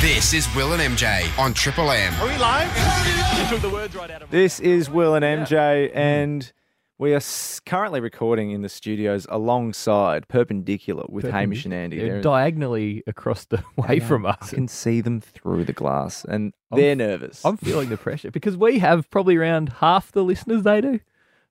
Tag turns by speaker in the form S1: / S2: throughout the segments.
S1: This is Will and MJ on Triple M.
S2: Are we live? You took the words right out of my
S3: This is Will and MJ, and we are s- currently recording in the studios alongside, perpendicular with Hamish and Andy.
S4: They're
S3: They're-
S4: diagonally across the way from us.
S3: I can see them through the glass, and they're nervous.
S4: I'm feeling the pressure because we have probably around half the listeners they do.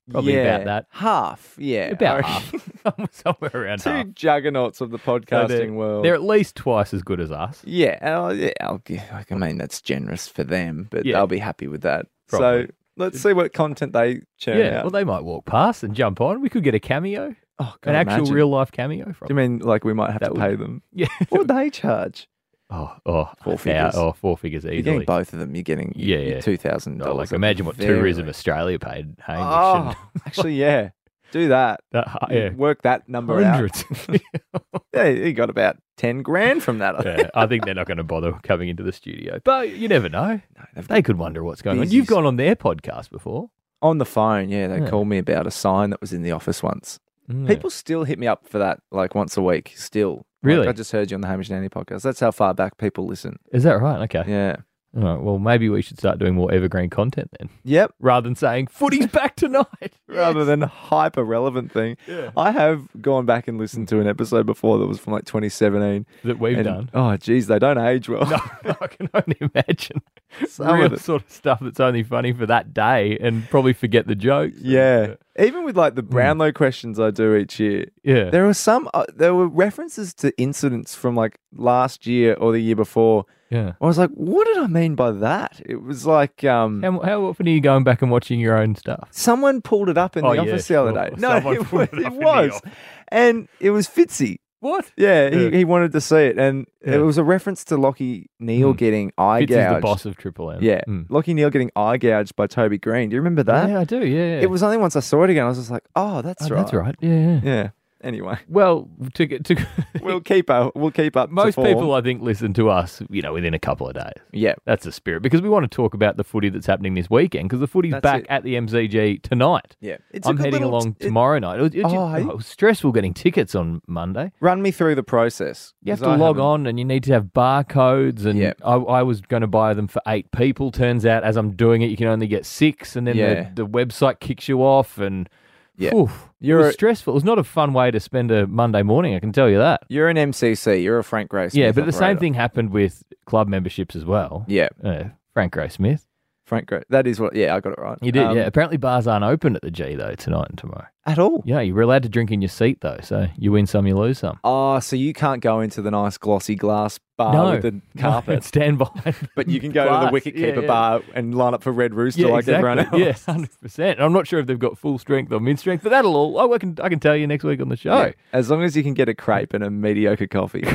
S4: Probably
S3: yeah,
S4: about that.
S3: half. Yeah,
S4: About
S3: I reckon.
S4: half. Somewhere around
S3: Two
S4: half.
S3: juggernauts of the
S4: So
S3: podcasting
S4: they're,
S3: world.
S4: they're at least twice as good as us.
S3: Yeah, and I'll, yeah. I'll, gi- I mean, that's generous for them, but
S4: Yeah.
S3: they'll be happy with that. So
S4: Probably.
S3: let's see what content they churn
S4: yeah.
S3: out.
S4: Well, they might walk past and jump on. We could get a cameo,
S3: oh,
S4: an
S3: God,
S4: actual
S3: imagine.
S4: real life cameo
S3: Do you
S4: from.
S3: mean like we might have
S4: That
S3: to
S4: would-
S3: pay them?
S4: Yeah.
S3: What would they charge?
S4: Oh, oh,
S3: Four
S4: an hour-
S3: figures.
S4: Oh, four figures
S3: You're getting
S4: easily.
S3: both of them. You're getting
S4: Yeah, yeah.
S3: two thousand
S4: Oh,
S3: dollars.
S4: like imagine what Tourism Australia paid Hamish.
S3: Oh,
S4: and
S3: actually, yeah. Do that.
S4: that, hi- yeah,
S3: Work that number out.
S4: hundreds.
S3: Yeah, you got about ten grand from that. I think.
S4: yeah, I think they're not going to bother coming into the studio, but you never know.
S3: they've
S4: They could wonder what's going on.
S3: Busy
S4: You've gone on their podcast before.
S3: On the phone, yeah, they
S4: Yeah.
S3: called me about a sign that was in the office once. People still hit me up for that, like once a week. Still, Like,
S4: Really?
S3: I just heard you on the Hamish and Andy podcast. That's how far back people listen.
S4: Is that right? Okay.
S3: Yeah.
S4: All right. Well, maybe we should start doing more evergreen content then,
S3: Yep.
S4: rather than saying footy's back tonight.
S3: Rather than hyper relevant thing, I have gone back and listened to an episode before that was from like 2017.
S4: that we've
S3: and-
S4: done.
S3: Oh, geez, they don't age well.
S4: No, I can only imagine
S3: Some of
S4: real
S3: it.
S4: sort of stuff that's only funny for that day, and probably forget the jokes.
S3: Yeah. Even with like the
S4: Hmm.
S3: Brownlow questions I do each year,
S4: yeah.
S3: there were some, uh, there were references to incidents from like last year or the year before.
S4: yeah.
S3: I was like, what did I mean by that? It was like, um,
S4: How, how often are you going back and watching your own stuff?
S3: someone pulled it up in
S4: Oh,
S3: the
S4: yeah,
S3: office the
S4: sure.
S3: other day. No,
S4: Someone
S3: it,
S4: pulled
S3: was,
S4: it up in
S3: it
S4: the
S3: was.
S4: office.
S3: And it was Fitzy.
S4: What?
S3: Yeah,
S4: Yeah.
S3: He, he wanted to see it. And
S4: Yeah.
S3: it was a reference to Lockie Neal
S4: Mm.
S3: getting eye
S4: Fitz is
S3: gouged.
S4: the boss of Triple M.
S3: Yeah.
S4: Mm.
S3: Lockie Neal getting eye gouged by Toby Green. Do you remember that?
S4: Yeah, I do. Yeah.
S3: It was only once I saw it again, I was just like, oh, that's
S4: Oh,
S3: right.
S4: That's right. Yeah. yeah.
S3: Yeah. Anyway,
S4: Well, to get to
S3: we'll keep up. We'll keep up. to
S4: most
S3: form.
S4: people, I think, listen to us. You know, within a couple of days.
S3: Yeah.
S4: That's the spirit because we want to talk about the footy that's happening this weekend because the footy's
S3: That's
S4: back
S3: it.
S4: at the MCG tonight.
S3: Yeah. It's a
S4: I'm
S3: good
S4: heading
S3: little-
S4: along
S3: it-
S4: tomorrow night. It was, it was-
S3: Oh, hey.
S4: it was stressful getting tickets on Monday.
S3: Run me through the process.
S4: You have
S3: 'cause
S4: to
S3: I
S4: log
S3: haven't-
S4: on and you need to have barcodes. And
S3: Yeah.
S4: I, I was going to buy them for eight people. Turns out, as I'm doing it, you can only get six. And then
S3: Yeah.
S4: the, the website kicks you off. And
S3: Yeah.
S4: oof, it
S3: You're-
S4: was stressful. It was not a fun way to spend a Monday morning, I can tell you that.
S3: You're an MCC. You're a Frank Grace.
S4: Yeah,
S3: Smith
S4: but the same
S3: operator.
S4: thing happened with club memberships as well.
S3: Yeah.
S4: Uh, Frank Gray Smith.
S3: Frank Grace. That is what. Yeah, I got it right.
S4: You did,
S3: Um,
S4: yeah. Apparently, bars aren't open at the G, though, tonight and tomorrow.
S3: At all.
S4: Yeah, you were allowed to drink in your seat, though. So you win some, you lose some.
S3: Ah, so you can't go into the nice glossy glass bar
S4: No.
S3: with the
S4: No,
S3: carpet,
S4: stand behind.
S3: but you can go to the
S4: glass.
S3: wicket
S4: Yeah,
S3: keeper
S4: yeah.
S3: bar and line up for Red Rooster
S4: Yeah,
S3: like
S4: exactly.
S3: everyone else.
S4: Yes, hundred percent. I'm not sure if they've got full strength or mid strength, but that'll all. Oh, I can I can tell you next week on the show.
S3: Yeah. As long as you can get a crepe and a mediocre coffee,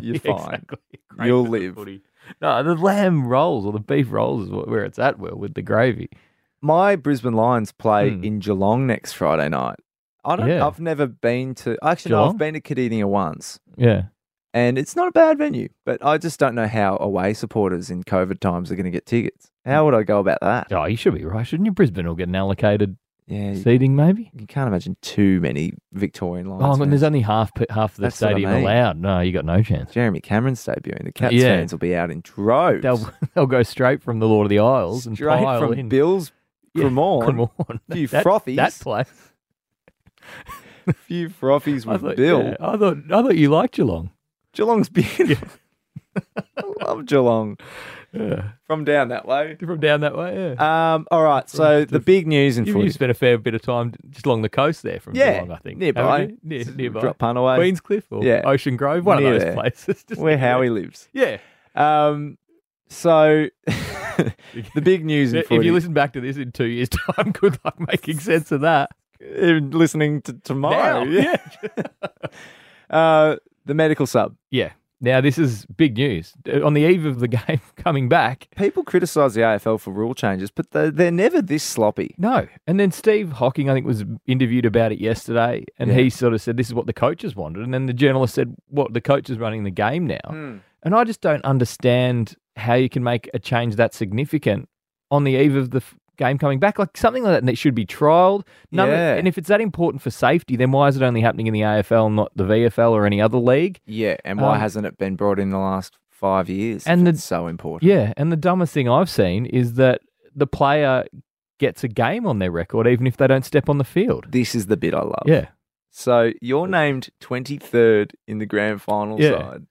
S3: you're
S4: Yeah,
S3: fine.
S4: exactly. Great
S3: You'll
S4: for the
S3: live.
S4: footy. No, the lamb rolls or the beef rolls is what, where it's at. Will with the gravy.
S3: My Brisbane Lions play
S4: Hmm.
S3: in Geelong next Friday night. I don't.
S4: Yeah.
S3: I've never been to. Actually, no, I've
S4: Geelong?
S3: been to Cadinia once,
S4: Yeah.
S3: and it's not a bad venue. But I just don't know how away supporters in COVID times are going to get tickets.
S4: Hmm.
S3: How would I go about that?
S4: Oh, you should be right, shouldn't you? Brisbane will get an allocated
S3: Yeah, you,
S4: seating, maybe.
S3: you can't imagine too many Victorian Lions.
S4: Oh, and
S3: fans.
S4: there's only half pe- half the
S3: That's what I
S4: stadium
S3: mean.
S4: allowed. No, you got no chance.
S3: Jeremy Cameron's debuting. The Cats
S4: Yeah.
S3: fans will be out in droves.
S4: They'll they'll go straight from the Lord of the Isles and
S3: Straight
S4: pile
S3: from
S4: in.
S3: Bill's
S4: Yeah,
S3: Cremorne.
S4: Come on,
S3: Few
S4: that,
S3: frothies.
S4: That place.
S3: A few frothies
S4: I
S3: with
S4: thought,
S3: Bill.
S4: yeah, I thought I thought you liked Geelong.
S3: Geelong's beautiful. I love Geelong
S4: Yeah.
S3: from down that way.
S4: From down that way, yeah.
S3: Um, all right, so the big news in
S4: you, you
S3: footy.
S4: spent a fair bit of time just along the coast there from
S3: Yeah,
S4: Geelong, I think.
S3: nearby.
S4: haven't you? Near,
S3: It's a
S4: nearby.
S3: drop pun away.
S4: Queenscliff or
S3: Yeah.
S4: Ocean Grove, one
S3: Near
S4: of
S3: there.
S4: those places. Just
S3: Where Howie lives.
S4: Yeah.
S3: Um, so the big news in
S4: If
S3: footy.
S4: you listen back to this in two years' time, good luck making sense of that.
S3: even listening to tomorrow,
S4: Now. Yeah.
S3: Uh, the medical sub.
S4: Yeah. Now, this is big news. Uh, On the eve of the game coming back,
S3: People criticise the AFL for rule changes, but they're, they're never this sloppy.
S4: no. And then Steve Hocking, I think, was interviewed about it yesterday, and
S3: Yeah.
S4: he sort of said, This is what the coaches wanted. And then the journalist said, What? The coach is running the game now. And I just don't understand how you can make a change that significant on the eve of the f- game coming back. Like something like that, that should be trialed. None of-
S3: Yeah.
S4: and if it's that important for safety, then why is it only happening in the AFL, not the VFL or any other league?
S3: Yeah, and why
S4: Um,
S3: hasn't it been brought in the last five years.
S4: And
S3: And
S4: the-
S3: it's so important.
S4: Yeah, and the dumbest thing I've seen is that the player gets a game on their record even if they don't step on the field.
S3: This is the bit I love.
S4: Yeah.
S3: So you're named 23rd in the grand final
S4: Yeah.
S3: side.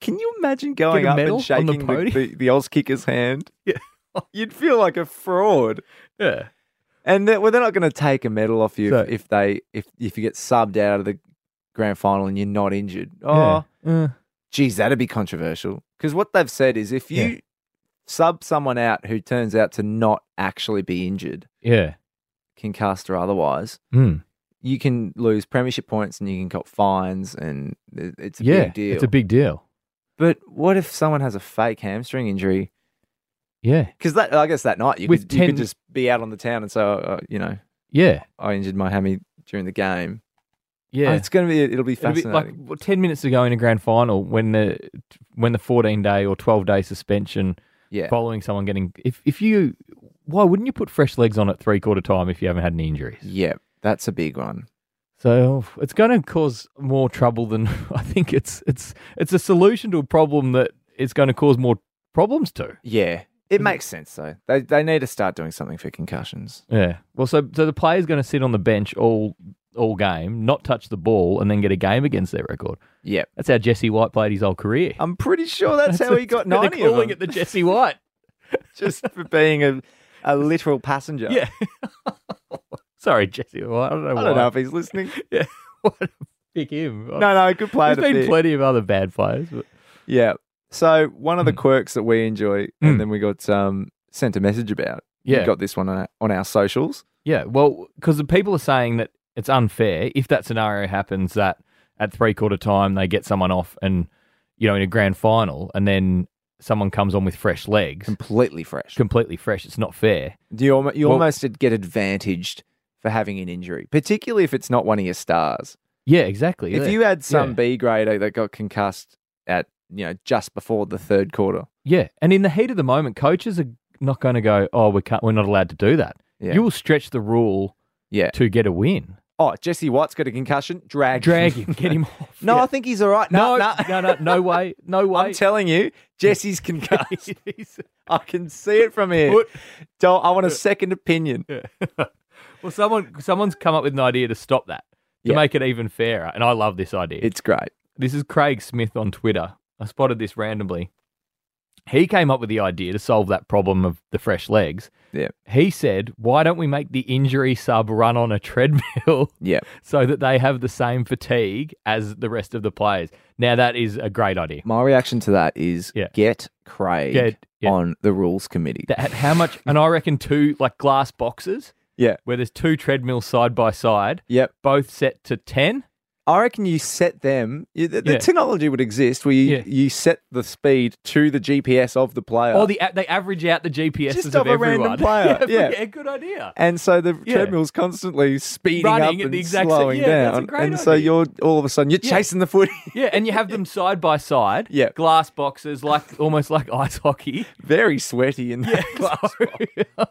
S3: Can you imagine going
S4: a
S3: up
S4: medal on
S3: and
S4: the
S3: shaking the,
S4: podium?
S3: the, the Oz kicker's hand?
S4: Yeah.
S3: You'd feel like a fraud.
S4: Yeah.
S3: And they're, well, they're not going to take a medal off you if-
S4: So-
S3: if they if if you get subbed out of the grand final and you're not injured. Oh,
S4: Uh,
S3: geez, that'd be controversial. Because what they've said is if you sub someone out who turns out to not actually be injured,
S4: yeah.
S3: concussed or otherwise,
S4: Mm.
S3: you can lose premiership points and you can cop fines, and it- it's a
S4: yeah.
S3: big deal.
S4: It's a big deal.
S3: but what if someone has a fake hamstring injury?
S4: Yeah.
S3: Because that, I guess that night you,
S4: With
S3: could, you
S4: 10
S3: could just be out on the town and say, oh, uh, you know,
S4: Yeah.
S3: I injured my hammy during the game.
S4: Yeah.
S3: Oh, it's going to be, it'll be
S4: It'll be
S3: fascinating.
S4: like well, ten minutes ago in a grand final when the when the fourteen day or twelve day suspension
S3: yeah.
S4: following someone getting if if you why wouldn't you put fresh legs on at three quarter time if you haven't had any injuries?
S3: yeah. That's a big one.
S4: So it's going to cause more trouble than I think it's it's it's a solution to a problem that it's going to cause more problems to.
S3: Yeah. It makes sense, though. They, they need to start doing something for concussions.
S4: Yeah. Well, so so the player's going to sit on the bench all all game, not touch the ball, and then get a game against their record.
S3: Yep.
S4: That's how Jesse White played his whole career.
S3: I'm pretty sure Um, that's, how he got
S4: They're
S3: 90 of
S4: calling
S3: them,
S4: it the Jesse White.
S3: just for being a, a literal passenger.
S4: Yeah. Sorry, Jesse White. I don't know
S3: I
S4: why.
S3: don't know if he's listening.
S4: Pick him.
S3: No, no, good player
S4: There's
S3: to
S4: been
S3: pick.
S4: plenty of other bad players. But
S3: Yeah. So one
S4: Hmm.
S3: of the quirks that we enjoy,
S4: Mm.
S3: and then we got um, sent a message about. We
S4: Yeah.
S3: got this one on our, on our socials.
S4: Yeah, well, because the people are saying that it's unfair if that scenario happens that at three quarter time they get someone off and you know in a grand final and then someone comes on with fresh legs,
S3: Completely fresh.
S4: completely fresh. It's not fair.
S3: you almo- you
S4: Well-
S3: almost did get advantaged for having an injury, particularly if it's not one of your stars.
S4: Yeah, exactly.
S3: If
S4: yeah.
S3: you had some
S4: Yeah.
S3: B grader that got concussed at you know just before the third quarter,
S4: yeah, and in the heat of the moment, coaches are not going to go, oh, we can't, we're not allowed to do that.
S3: Yeah.
S4: You will stretch the rule
S3: yeah.
S4: to get a win.
S3: Oh, Jesse White's got a concussion. Drag,
S4: Drag him, get him off.
S3: no,
S4: Yeah.
S3: I think he's all right. No,
S4: no,
S3: no,
S4: no, no, no way, no way.
S3: I'm telling you, Jesse's concussed. I can see it from here.
S4: Put-
S3: Don't, I want a second opinion.
S4: Well, someone someone's come up with an idea to stop that to
S3: Yeah.
S4: make it even fairer, and I love this idea.
S3: It's great.
S4: this is Craig Smith on Twitter. I spotted this randomly. He came up with the idea to solve that problem of the fresh legs.
S3: Yeah.
S4: He said, "Why don't we make the injury sub run on a treadmill
S3: Yeah.
S4: so that they have the same fatigue as the rest of the players?" Now that is a great idea.
S3: My reaction to that is
S4: Yeah.
S3: get Craig
S4: Get- yeah.
S3: on the rules committee.
S4: That, how much? and I reckon two like glass boxes
S3: yeah.
S4: where there's two treadmills side by side,
S3: Yep.
S4: both set to ten.
S3: I reckon you set them. you- The, the
S4: Yeah.
S3: technology would exist where you,
S4: Yeah.
S3: you set the speed to the GPS of the player.
S4: Or the a- they average out the GPSs
S3: Just
S4: of
S3: of a random
S4: everyone.
S3: player, yeah.
S4: good idea.
S3: and so the
S4: Yeah.
S3: treadmill's constantly speeding up
S4: Running at
S3: and
S4: the exact same-
S3: slowing
S4: yeah,
S3: down.
S4: that's a great
S3: and so
S4: idea.
S3: you're all of a sudden you're
S4: Yeah.
S3: chasing the footy.
S4: Yeah, and you have them side by side.
S3: Yeah.
S4: glass boxes, like almost like ice hockey.
S3: Very sweaty in that
S4: So-
S3: glass.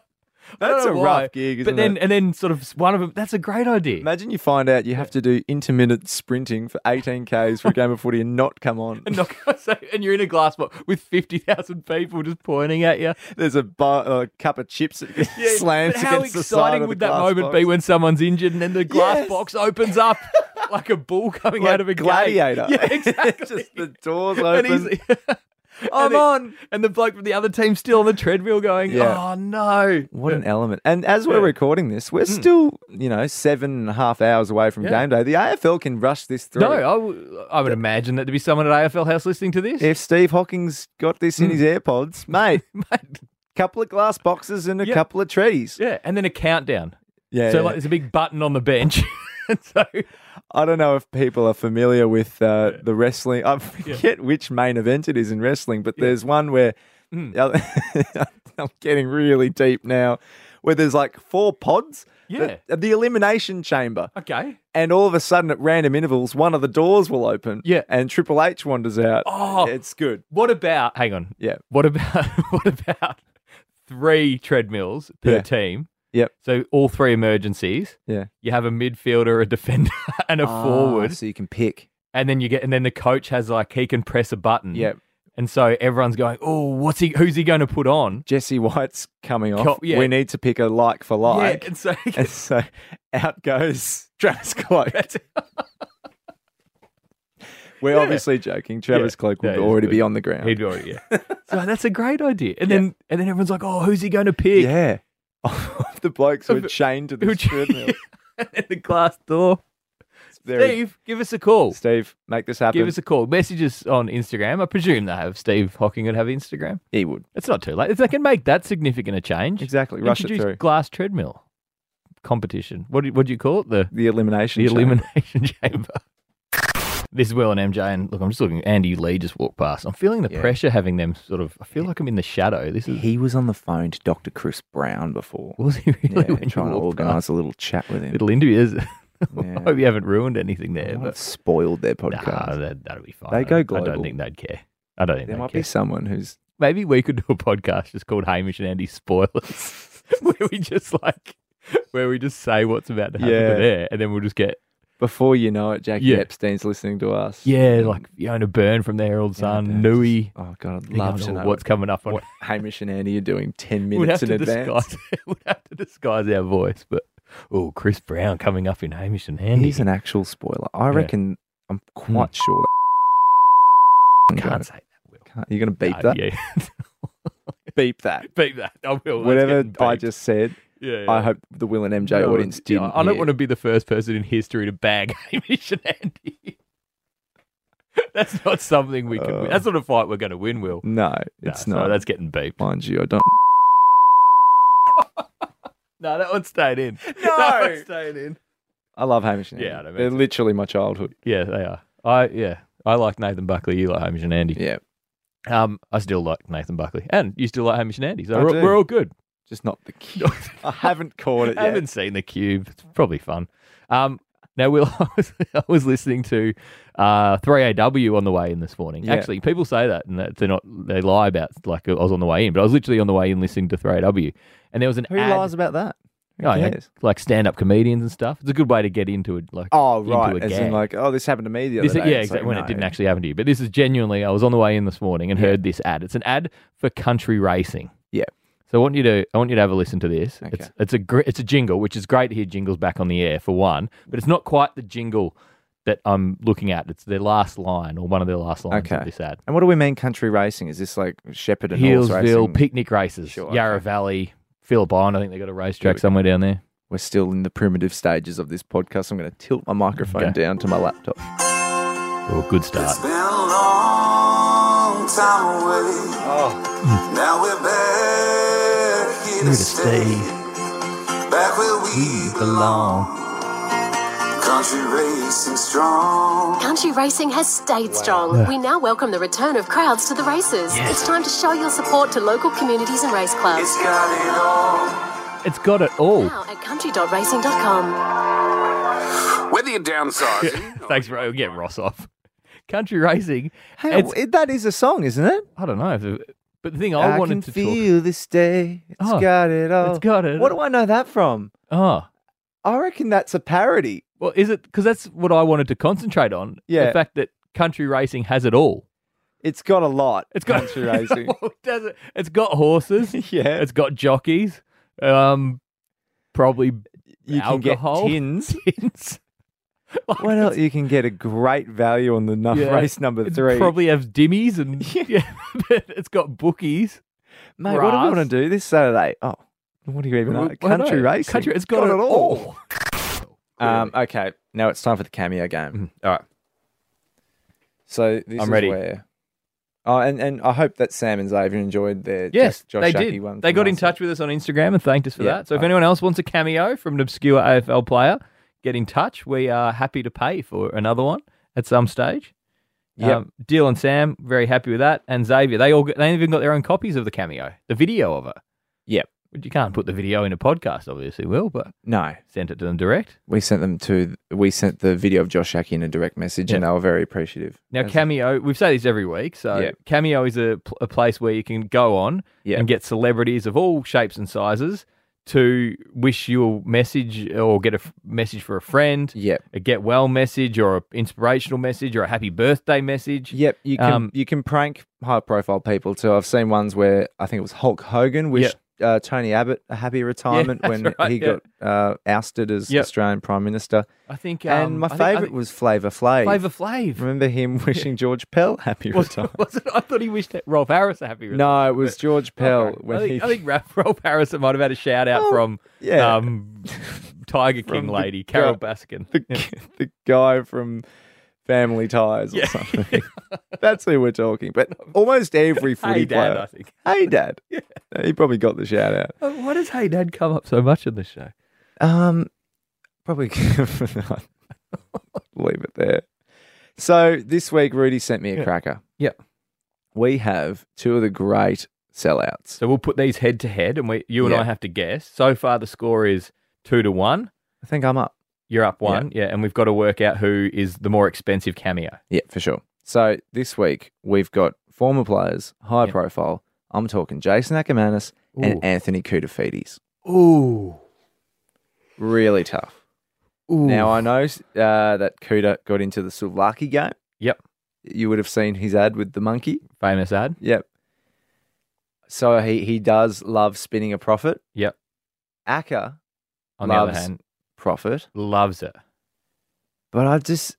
S4: I don't
S3: That's
S4: know
S3: a
S4: why,
S3: rough gig,
S4: but
S3: isn't
S4: then
S3: it?
S4: and then sort of one of them. That's a great idea.
S3: Imagine you find out you have to do intermittent sprinting for 18 Ks for a game of footy and not come on.
S4: And, knock- so- and you're in a glass box with fifty thousand people just pointing at you.
S3: There's a, bar, a cup of chips that gets
S4: Yeah,
S3: slams
S4: but how
S3: against the side
S4: exciting
S3: of the
S4: would that
S3: glass
S4: moment
S3: box.
S4: be when someone's injured and then the glass
S3: Yes.
S4: box opens up like a ball coming
S3: Like
S4: out of a
S3: gladiator.
S4: Game. Yeah, exactly.
S3: Just the doors
S4: and
S3: open.
S4: he's, I'm on. And the bloke from the other team's still on the treadmill going,
S3: Yeah.
S4: oh no.
S3: What an element. And as we're recording this, we're still, you know, seven and a half hours away from
S4: Yeah.
S3: game day. The AFL can rush this through.
S4: No, I, w- I would imagine that there'd be someone at AFL House listening to this.
S3: If Steve Hawkins got this in his AirPods, mate,
S4: Mate,
S3: couple of glass boxes and a
S4: Yeah.
S3: couple of trees.
S4: yeah, and then a countdown.
S3: Yeah.
S4: so
S3: yeah.
S4: like there's a big button on the bench. and so
S3: I don't know if people are familiar with uh, the wrestling. I forget which main event it is in wrestling, but there's one where
S4: Mm.
S3: I'm getting really deep now, where there's like four pods.
S4: Yeah.
S3: The, the elimination chamber.
S4: okay.
S3: And all of a sudden, at random intervals, one of the doors will open.
S4: Yeah.
S3: And Triple H wanders out.
S4: Oh.
S3: It's good.
S4: What about hang on.
S3: Yeah.
S4: What about what about three treadmills per
S3: Yeah.
S4: team?
S3: Yep.
S4: So all three emergencies.
S3: Yeah.
S4: You have a midfielder, a defender,
S3: Ah.
S4: and a forward.
S3: So you can pick. Mm.
S4: and then you get and then the coach has like he can press a button
S3: Yep.
S4: And so everyone's going, oh, what's he? Who's he going to put on?
S3: Jesse White's coming off.
S4: Co- yeah.
S3: We need to pick a like for like.
S4: Yeah, and so
S3: And so out goes Travis Cloak. We're obviously joking. Travis
S4: Yeah.
S3: Cloak
S4: Yeah,
S3: would
S4: he's
S3: already be
S4: good.
S3: on the ground.
S4: he'd already, yeah. so that's a great idea. And then and then everyone's like, oh, who's he going to pick?
S3: yeah. the blokes who are
S4: Of-
S3: chained to
S4: Who-
S3: the treadmill.
S4: and the glass door.
S3: There he-
S4: Steve, give us a call.
S3: Steve, make this happen.
S4: Give us a call. Messages on Instagram. I presume they have. Steve Hocking would have Instagram.
S3: he would.
S4: It's not too late. If they can make that significant a change,
S3: Exactly. Rush it
S4: introduce
S3: through.
S4: glass treadmill competition. What do, what do you call it? The
S3: The elimination.
S4: the
S3: chamber.
S4: elimination chamber. This is Will and MJ, and look, I'm just looking. Andy Lee just walked past. I'm feeling the
S3: Yeah.
S4: pressure having them sort of. I feel like I'm in the shadow. This is
S3: He was on the phone to Dr. Chris Brown before.
S4: was he really
S3: yeah,
S4: when you
S3: trying to
S4: walked past?
S3: organise a little chat with him.
S4: little interview. Is I
S3: Yeah.
S4: hope you haven't ruined anything
S3: I
S4: there.
S3: might have
S4: But
S3: spoiled their
S4: nah,
S3: podcast.
S4: that, that'll be fine.
S3: They
S4: I-
S3: go
S4: I don't
S3: global.
S4: think they'd care. I don't think
S3: there
S4: they'd
S3: might
S4: care.
S3: be someone who's
S4: Maybe we could do a podcast just called Hamish and Andy Spoilers, where we just like, where we just say what's about to happen
S3: Yeah.
S4: to there, and then we'll just get
S3: before you know it, Jackie
S4: Yeah.
S3: Epstein's listening to us.
S4: yeah, like Fiona Byrne from the Herald
S3: Yeah,
S4: Sun,
S3: that's-
S4: Nui.
S3: Oh god, I'd
S4: Think
S3: love
S4: of
S3: to know
S4: what's
S3: what's
S4: coming up on.
S3: what Hamish and Andy are doing ten
S4: we'd have
S3: minutes in
S4: to
S3: advance.
S4: disguise. we'd have to disguise our voice, but oh, Chris Brown coming up in Hamish and Andy.
S3: He's an actual spoiler. I
S4: Yeah. Hmm.
S3: reckon I'm quite sure. That
S4: Can't say that. Will.
S3: Can't- You're gonna beep
S4: No,
S3: that.
S4: Yeah,
S3: Beep that.
S4: beep that. I will. That's
S3: Whatever
S4: getting
S3: I
S4: beeped.
S3: just said,
S4: Yeah,
S3: I
S4: yeah.
S3: hope the Will and MJ
S4: No one-
S3: audience
S4: yeah,
S3: didn't.
S4: I don't want to be the first person in history to bag Hamish and Andy. that's not something we can.
S3: Uh,
S4: win. That's not a fight we're going to win, Will.
S3: No,
S4: Nah,
S3: it's
S4: so
S3: not.
S4: that's getting beeped.
S3: mind you. I don't.
S4: No, that one stayed in.
S3: No!
S4: that one stayed in.
S3: I love Hamish and Andy.
S4: Yeah, I don't
S3: They're
S4: mean-
S3: literally my childhood.
S4: Yeah, they are. I yeah, I like Nathan Buckley. You like Hamish and Andy.
S3: Yeah,
S4: Um, I still like Nathan Buckley, and you still like Hamish and Andy. So
S3: I
S4: we're,
S3: do.
S4: we're all good.
S3: just not the cube. I haven't caught it
S4: I
S3: yet.
S4: haven't seen the cube. It's probably fun. Um, now, Will, I was, I was listening to uh, 3AW on the way in this morning.
S3: Yeah.
S4: Actually, people say that and that they're not. They lie about like I was on the way in, but I was literally on the way in listening to 3AW, and there was an
S3: Who
S4: ad,
S3: lies about that? Who
S4: Oh, yeah,
S3: cares?
S4: like stand-up comedians and stuff. It's a good way to get into it. Like
S3: Oh,
S4: into
S3: right.
S4: a
S3: As
S4: gag.
S3: in, like, oh, this happened to me the other
S4: This-
S3: day.
S4: yeah,
S3: It's like,
S4: exactly. When it
S3: no.
S4: didn't actually happen to you, but this is genuinely. I was on the way in this morning and heard this ad. It's an ad for country racing.
S3: Yeah.
S4: So I want you to I want you to have a listen to this.
S3: Okay.
S4: It's it's a gr- it's a jingle, which is great to hear jingles back on the air for one, but it's not quite the jingle that I'm looking at. It's their last line or one of their last lines
S3: Okay.
S4: of this ad.
S3: And what do we mean country racing? Is this like Shepherd and horse
S4: Hillsville
S3: racing?
S4: picnic races,
S3: Sure,
S4: Yarra
S3: okay.
S4: Valley, Phillip Island. I think they got a
S3: Here
S4: racetrack
S3: we
S4: somewhere down there.
S3: We're still in the primitive stages of this podcast. I'm going to tilt my microphone
S4: Okay.
S3: down to my laptop.
S4: Oh, good start.
S5: Been a long time away. Oh. Now we're back here to stay. Back where we belong. Country racing strong.
S6: Country racing has stayed strong. We now welcome the return of crowds to the races. It's time to show your support to local communities and race clubs.
S5: It's got it all.
S4: It's got it all.
S6: Now at country.racing.com.
S5: Whether you're downsizing,
S4: Thanks, bro. We'll get Ross off. Country racing.
S3: Hey,
S4: It's-
S3: it- that is a song, isn't it?
S4: I don't know. If it, but the thing I, wanted
S3: can
S4: to
S3: feel this day. It's
S4: Oh,
S3: got it all.
S4: talk. It's got it.
S3: What do I know that from?
S4: Oh.
S3: I reckon that's a parody.
S4: Well, is it because that's what I wanted to concentrate on?
S3: Yeah.
S4: The fact that country racing has it all.
S3: It's got a lot.
S4: It's got
S3: country racing.
S4: Well, it doesn't- it's got horses.
S3: yeah,
S4: It's got jockeys. Um, probably
S3: you can
S4: alcohol.
S3: get tins.
S4: pins. Like,
S3: What else? You can get a great value on the nu-
S4: Yeah.
S3: Uh, race number
S4: it's
S3: three.
S4: Probably has dimmies and yeah, but it's got bookies.
S3: Mate, what do we
S4: grass.
S3: want to do this Saturday? Oh, what do you even
S4: Well,
S3: know?
S4: I don't
S3: Country
S4: know.
S3: racing.
S4: Country, it's got, it all.
S3: Um, okay, now it's time for the cameo game.
S4: all right.
S3: So this
S4: I'm
S3: is
S4: ready.
S3: where. Oh, and, and I hope that Sam and Xavier enjoyed their
S4: Yes,
S3: Josh,
S4: they
S3: Josh Aki
S4: did.
S3: one.
S4: they
S3: from
S4: got in
S3: last week.
S4: touch with us on Instagram and thanked us for
S3: Yeah.
S4: that. So if
S3: Oh.
S4: anyone else wants a cameo from an obscure AFL player, get in touch. We are happy to pay for another one at some stage.
S3: Yep.
S4: Dill and Sam very happy with that, and Xavier they all they even got their own copies of the cameo, the video of it.
S3: Yep.
S4: But you can't put the video in a podcast, obviously, Will, but
S3: No,
S4: sent it to them direct.
S3: we sent them to. We sent the video of Josh Aki in a direct message, and they were very appreciative.
S4: Now,
S3: As-
S4: Cameo, we've said this every week. So,
S3: Yeah.
S4: Cameo is a, pl- a place where you can go on
S3: Yeah.
S4: and get celebrities of all shapes and sizes to wish you a message or get a f- message for a friend,
S3: Yep.
S4: a get well message or an inspirational message or a happy birthday message.
S3: Yep, you can
S4: Um,
S3: you can prank high profile people too. I've seen ones where I think it was Hulk Hogan wished uh, Tony Abbott a happy retirement
S4: that's
S3: when
S4: right,
S3: he
S4: yeah.
S3: got uh, ousted as
S4: Yep.
S3: Australian Prime Minister.
S4: I think. um,
S3: and my
S4: I think- I
S3: favourite
S4: think
S3: was Flavor Flav.
S4: Flavor Flav.
S3: Remember him wishing George Pell happy
S4: Was,
S3: retirement?
S4: was it? I thought he wished Rolf Harris a happy retirement.
S3: No, it was George Pell
S4: Okay.
S3: when
S4: I think,
S3: he Oh,
S4: I think Ralph, Rolf Harris might have had a shout out from
S3: yeah.
S4: um, Tiger King
S3: the
S4: lady Carol
S3: guy-
S4: Baskin.
S3: the, the guy from Family Ties or
S4: Yeah.
S3: something. That's who we're talking. But almost every footy
S4: Hey Dad, I
S3: player.
S4: think.
S3: Hey Dad. He probably got the shout out.
S4: Oh, Why does Hey Dad come up so much in this show?
S3: Um, probably leave it there. So this week, Rudy sent me a cracker.
S4: Yeah.
S3: We have two of the great sellouts.
S4: So we'll put these head to head, and we, you and
S3: Yeah.
S4: I have to guess. So far, the score is two to one.
S3: I think I'm up.
S4: You're up one, yeah, and we've got to work out who is the more expensive cameo.
S3: Yeah, for sure. So this week we've got former players, high
S4: Yeah.
S3: profile. I'm talking Jason Ackermanis
S4: Ooh.
S3: and Anthony Koutafidis.
S4: Ooh,
S3: Really tough.
S4: ooh.
S3: Now I know uh, that Kuda got into the Suvlaki game.
S4: Yep.
S3: You would have seen his ad with the monkey.
S4: famous ad.
S3: Yep. So he he does love spinning a profit.
S4: Yep.
S3: Acker
S4: On the
S3: Loves.
S4: other hand,
S3: profit,
S4: loves it.
S3: but I just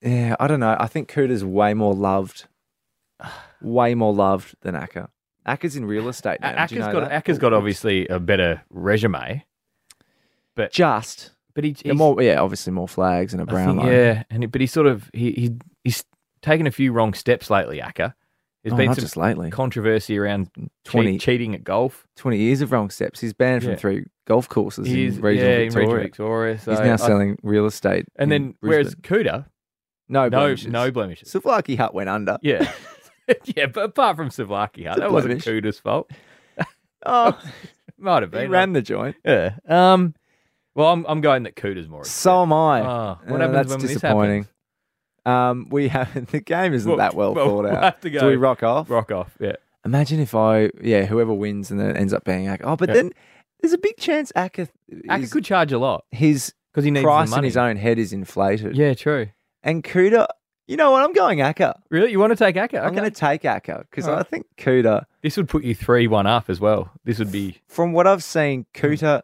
S3: yeah I don't know. I think Kuda's way more loved, way more loved than Acker. Acker's in real estate now.
S4: Acker's
S3: Do you know
S4: got
S3: that?
S4: Acker's got obviously a better resume, but
S3: just
S4: but he,
S3: yeah,
S4: he's
S3: more yeah obviously more flags and
S4: I
S3: a brown
S4: think-
S3: line.
S4: yeah, and he- but he sort of he, he he's taken a few wrong steps lately. Acker, there's
S3: Oh,
S4: been
S3: not
S4: some
S3: just lately.
S4: controversy around che-
S3: 20
S4: cheating at golf.
S3: 20 years of wrong steps. He's banned
S4: Yeah.
S3: from three golf courses
S4: He is-
S3: in regional
S4: yeah, in
S3: Victoria.
S4: regional Victoria. So
S3: He's
S4: I-
S3: now selling real estate.
S4: and
S3: in
S4: then whereas
S3: Brisbane.
S4: Cuda,
S3: no
S4: no,
S3: blemishes.
S4: no blemishes.
S3: Suvlaki Hut went under.
S4: Yeah. yeah, but apart from Savlaki,
S3: a
S4: that wasn't
S3: blemish.
S4: Kuda's fault.
S3: Oh,
S4: Might have
S3: he
S4: been.
S3: ran the joint.
S4: yeah. Um, well, I'm, I'm going that Kuda's more.
S3: So am I.
S4: Ah, what
S3: Uh,
S4: happens
S3: that's
S4: when this
S3: disappointing.
S4: happens?
S3: Um, we have the game isn't
S4: Well,
S3: that well,
S4: well,
S3: thought
S4: we'll
S3: out.
S4: have to go
S3: Do we rock off?
S4: rock off. Yeah.
S3: Imagine if I, yeah, whoever wins and then it ends up being Acker. Oh, but
S4: Yeah.
S3: then there's a big chance Acker,
S4: Acker
S3: is-
S4: could charge a lot
S3: his
S4: because he needs
S3: price
S4: the
S3: in
S4: money.
S3: his own head is inflated.
S4: Yeah, true.
S3: And Kuda, you know what? I'm going Acker.
S4: Really, you want to take Acker?
S3: I'm
S4: Okay.
S3: going to take Acker because
S4: All
S3: I
S4: right.
S3: think Kuda,
S4: This would put you three one up as well. This would be
S3: from what I've seen,
S4: Mm.
S3: Kuda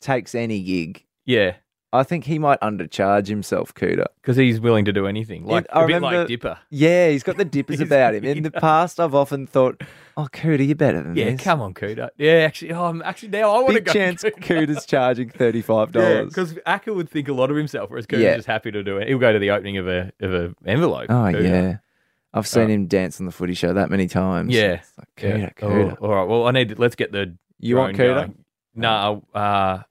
S3: takes any gig.
S4: yeah.
S3: I think he might undercharge himself, Kuda.
S4: Because he's willing to do anything, like
S3: I
S4: a bit
S3: remember-
S4: like Dipper.
S3: Yeah, he's got the dippers
S4: He's-
S3: about him. In the past, I've often thought, oh, Kuda, you're better than
S4: Yeah,
S3: this.
S4: come on, Kuda. Yeah, actually, oh, I'm actually now I want to
S3: Big
S4: go.
S3: chance
S4: Kuda.
S3: Kuda's charging $35.
S4: Yeah, because Acker would think a lot of himself, whereas Kuda's
S3: Yeah.
S4: just happy to do it. He'll go to the opening of a of a envelope.
S3: oh,
S4: Kuda.
S3: yeah. I've seen him dance on the footy show that many times.
S4: Uh, Yeah.
S3: It's like, Kuda,
S4: Yeah.
S3: Kuda.
S4: Oh, all right. Well, I need. Let's get the.
S3: You want
S4: drone
S3: Kuda?
S4: going. No. Uh,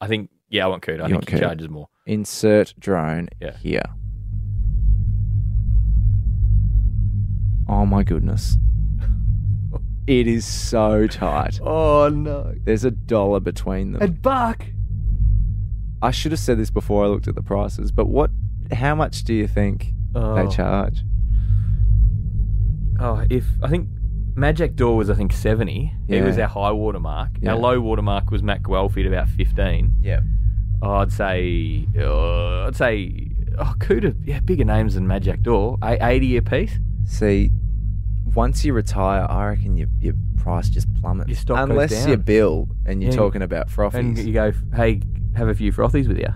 S4: I think. Yeah, I want Kuda. I think
S3: You want
S4: he
S3: Kuda.
S4: charges more.
S3: Insert drone
S4: Yeah.
S3: here. Oh, my goodness. It is so tight.
S4: Oh no!
S3: There's a dollar between them.
S4: Buck.
S3: I should have said this before I looked at the prices, but what? How much do you think
S4: Oh.
S3: they charge?
S4: Oh, if I think Magic Door was I think seventy. It was
S3: Yeah.
S4: our high water mark.
S3: Yeah.
S4: Our low water mark was Matt Guelph at about fifteen.
S3: Yeah.
S4: Oh, I'd say. Uh, I'd say. Oh, Kuda. Yeah, bigger names than Magic Door. A- Eighty a piece.
S3: See, once you retire, I reckon your your price just plummets.
S4: Your stock goes
S3: Unless
S4: down.
S3: you're Bill and you're
S4: Yeah.
S3: talking about
S4: And
S3: frothies.
S4: you go, hey, have a few frothies with you.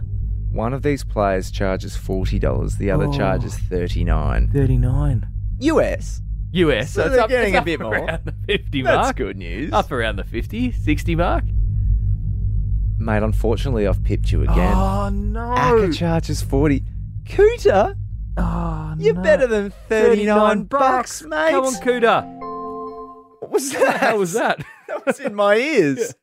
S3: One of these players charges forty dollars, the other
S4: Oh.
S3: charges thirty nine
S4: Thirty nine.
S3: US.
S4: US.
S3: So
S4: it's
S3: they're
S4: up-
S3: getting
S4: it's
S3: a
S4: up
S3: bit more.
S4: Around the 50
S3: That's
S4: mark.
S3: good news,
S4: Up around the 50, 60 mark.
S3: mate. Unfortunately, I've pipped you again.
S4: Oh, no.
S3: Acker charges forty. Cooter,
S4: Oh,
S3: you're
S4: no.
S3: better than thirty nine bucks, mate.
S4: Come on, Cuda.
S3: what was that?
S4: How was that?
S3: That was in my ears.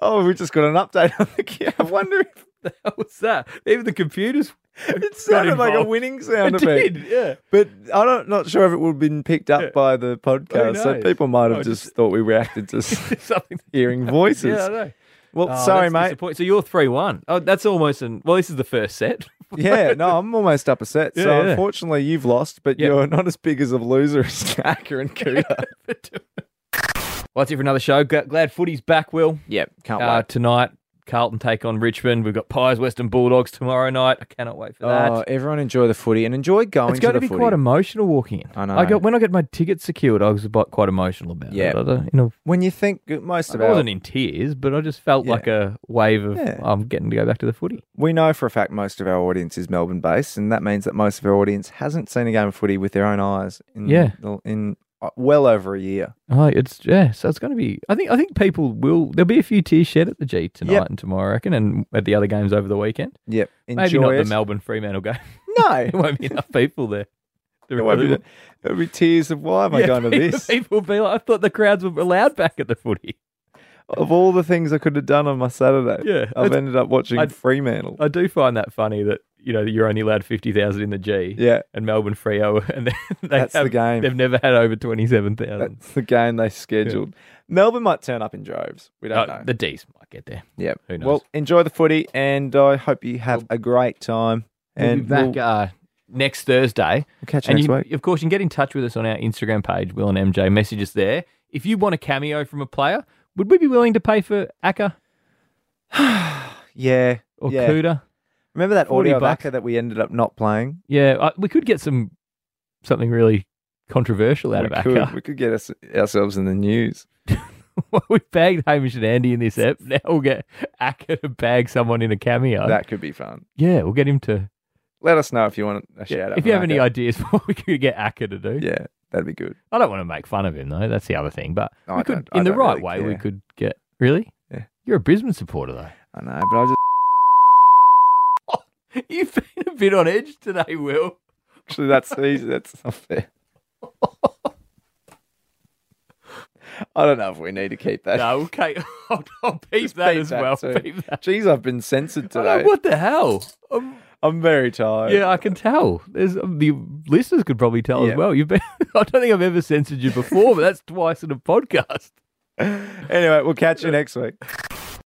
S3: Oh, we just got an update on the game. I wonder if
S4: How was that? Even the computers.
S3: it sounded like a
S4: involved.
S3: winning sound
S4: It
S3: effect.
S4: did, yeah.
S3: But I'm not, not sure if it would have been picked up by the podcast. So
S4: knows?
S3: people might have
S4: Oh,
S3: just,
S4: just-
S3: thought we reacted to s-
S4: Something.
S3: hearing voices.
S4: Yeah, I know.
S3: Well,
S4: Oh,
S3: sorry,
S4: that's
S3: mate.
S4: disappointing. So you're 3 1. Oh, that's almost an. Well, this is the first set.
S3: Yeah, no, I'm almost up a set. so
S4: Yeah, yeah.
S3: unfortunately, you've lost, but
S4: Yeah.
S3: you're not as big as a loser as Acker and Cooter.
S4: Well, that's it for another show. G- Glad footy's back, Will.
S3: Yep, can't
S4: Uh,
S3: wait.
S4: tonight, Carlton take on Richmond. We've got Pies Western Bulldogs tomorrow night. I cannot wait for that.
S3: Oh, everyone enjoy the footy and enjoy going
S4: it's going to,
S3: the
S4: be
S3: footy.
S4: quite emotional walking in.
S3: I know.
S4: got when I got my ticket secured, I was about quite emotional about
S3: Yeah.
S4: it. I, don't- you know,
S3: when you think most
S4: I
S3: of our,
S4: wasn't in tears, but I just felt
S3: Yeah.
S4: like a wave of
S3: Yeah.
S4: I'm getting to go back to the footy.
S3: we know for a fact most of our audience is Melbourne based, and that means that most of our audience hasn't seen a game of footy with their own eyes. In,
S4: Yeah.
S3: the- in uh, well over a year.
S4: Oh, it's yeah. So it's going to be. I think. I think people will. There'll be a few tears shed at the G tonight
S3: Yep.
S4: and tomorrow, I reckon, and at the other games over the weekend.
S3: Yep, enjoy
S4: Maybe not
S3: it.
S4: the Melbourne Fremantle game.
S3: no,
S4: there won't be enough people there. There
S3: There won't be, there'll be tears of why am I going to
S4: people,
S3: this?
S4: People be like, I thought the crowds were allowed back at the footy.
S3: Of all the things I could have done on my Saturday,
S4: Yeah,
S3: I've
S4: it's-
S3: ended up watching
S4: I'd-
S3: Fremantle.
S4: I do find that funny that you know that you're only allowed fifty thousand in the G.
S3: yeah,
S4: And Melbourne Frio, and they, they
S3: That's the
S4: have,
S3: game.
S4: They've never had over twenty-seven thousand.
S3: that's the game they scheduled. Melbourne might turn up in droves. We don't know.
S4: Uh, the D's might get there.
S3: yeah.
S4: who knows?
S3: Well, enjoy the footy, and I hope you have a great time. And
S4: we'll be back
S3: we'll,
S4: uh, next Thursday.
S3: we'll catch you
S4: and
S3: next
S4: you,
S3: week.
S4: of course, you can get in touch with us on our Instagram page, Will and MJ. Message us there. If you want a cameo from a player, would we be willing to pay for Akka
S3: Yeah.
S4: or
S3: yeah.
S4: Kuda?
S3: Remember that
S4: 40
S3: audio
S4: bucks.
S3: backer that we ended up not playing?
S4: Yeah, I, we could get some something really controversial out
S3: we
S4: of
S3: could,
S4: Akka.
S3: we could get us, ourselves in the news.
S4: we bagged Hamish and Andy in this ep. Now we'll get Akka to bag someone in a cameo.
S3: That could be fun.
S4: yeah, we'll get him to.
S3: Let us know if you want a shout out.
S4: If you have any
S3: Marco.
S4: ideas for what we could get Akka to do,
S3: yeah, that'd be good.
S4: I don't want to make fun of him though. That's the other thing. But
S3: No,
S4: we
S3: I
S4: could,
S3: don't- I
S4: in the
S3: don't
S4: right way,
S3: really
S4: we
S3: care.
S4: could get. Really?
S3: Yeah.
S4: You're a Brisbane supporter though.
S3: I know, but I was
S4: You've been a bit on edge today, Will.
S3: just actually that's easy. That's not fair. I don't know if we need to keep that.
S4: No, okay. I'll, I'll peep that
S3: Beep
S4: as well.
S3: too.
S4: Peep that.
S3: Jeez, I've been censored
S4: I know,
S3: today.
S4: what the hell? Um,
S3: I'm very tired.
S4: yeah, I can tell. There's um, the listeners could probably tell
S3: Yeah.
S4: as well. You've been. I don't think I've ever censored you before, but that's twice in a podcast.
S3: Anyway, we'll catch you next week.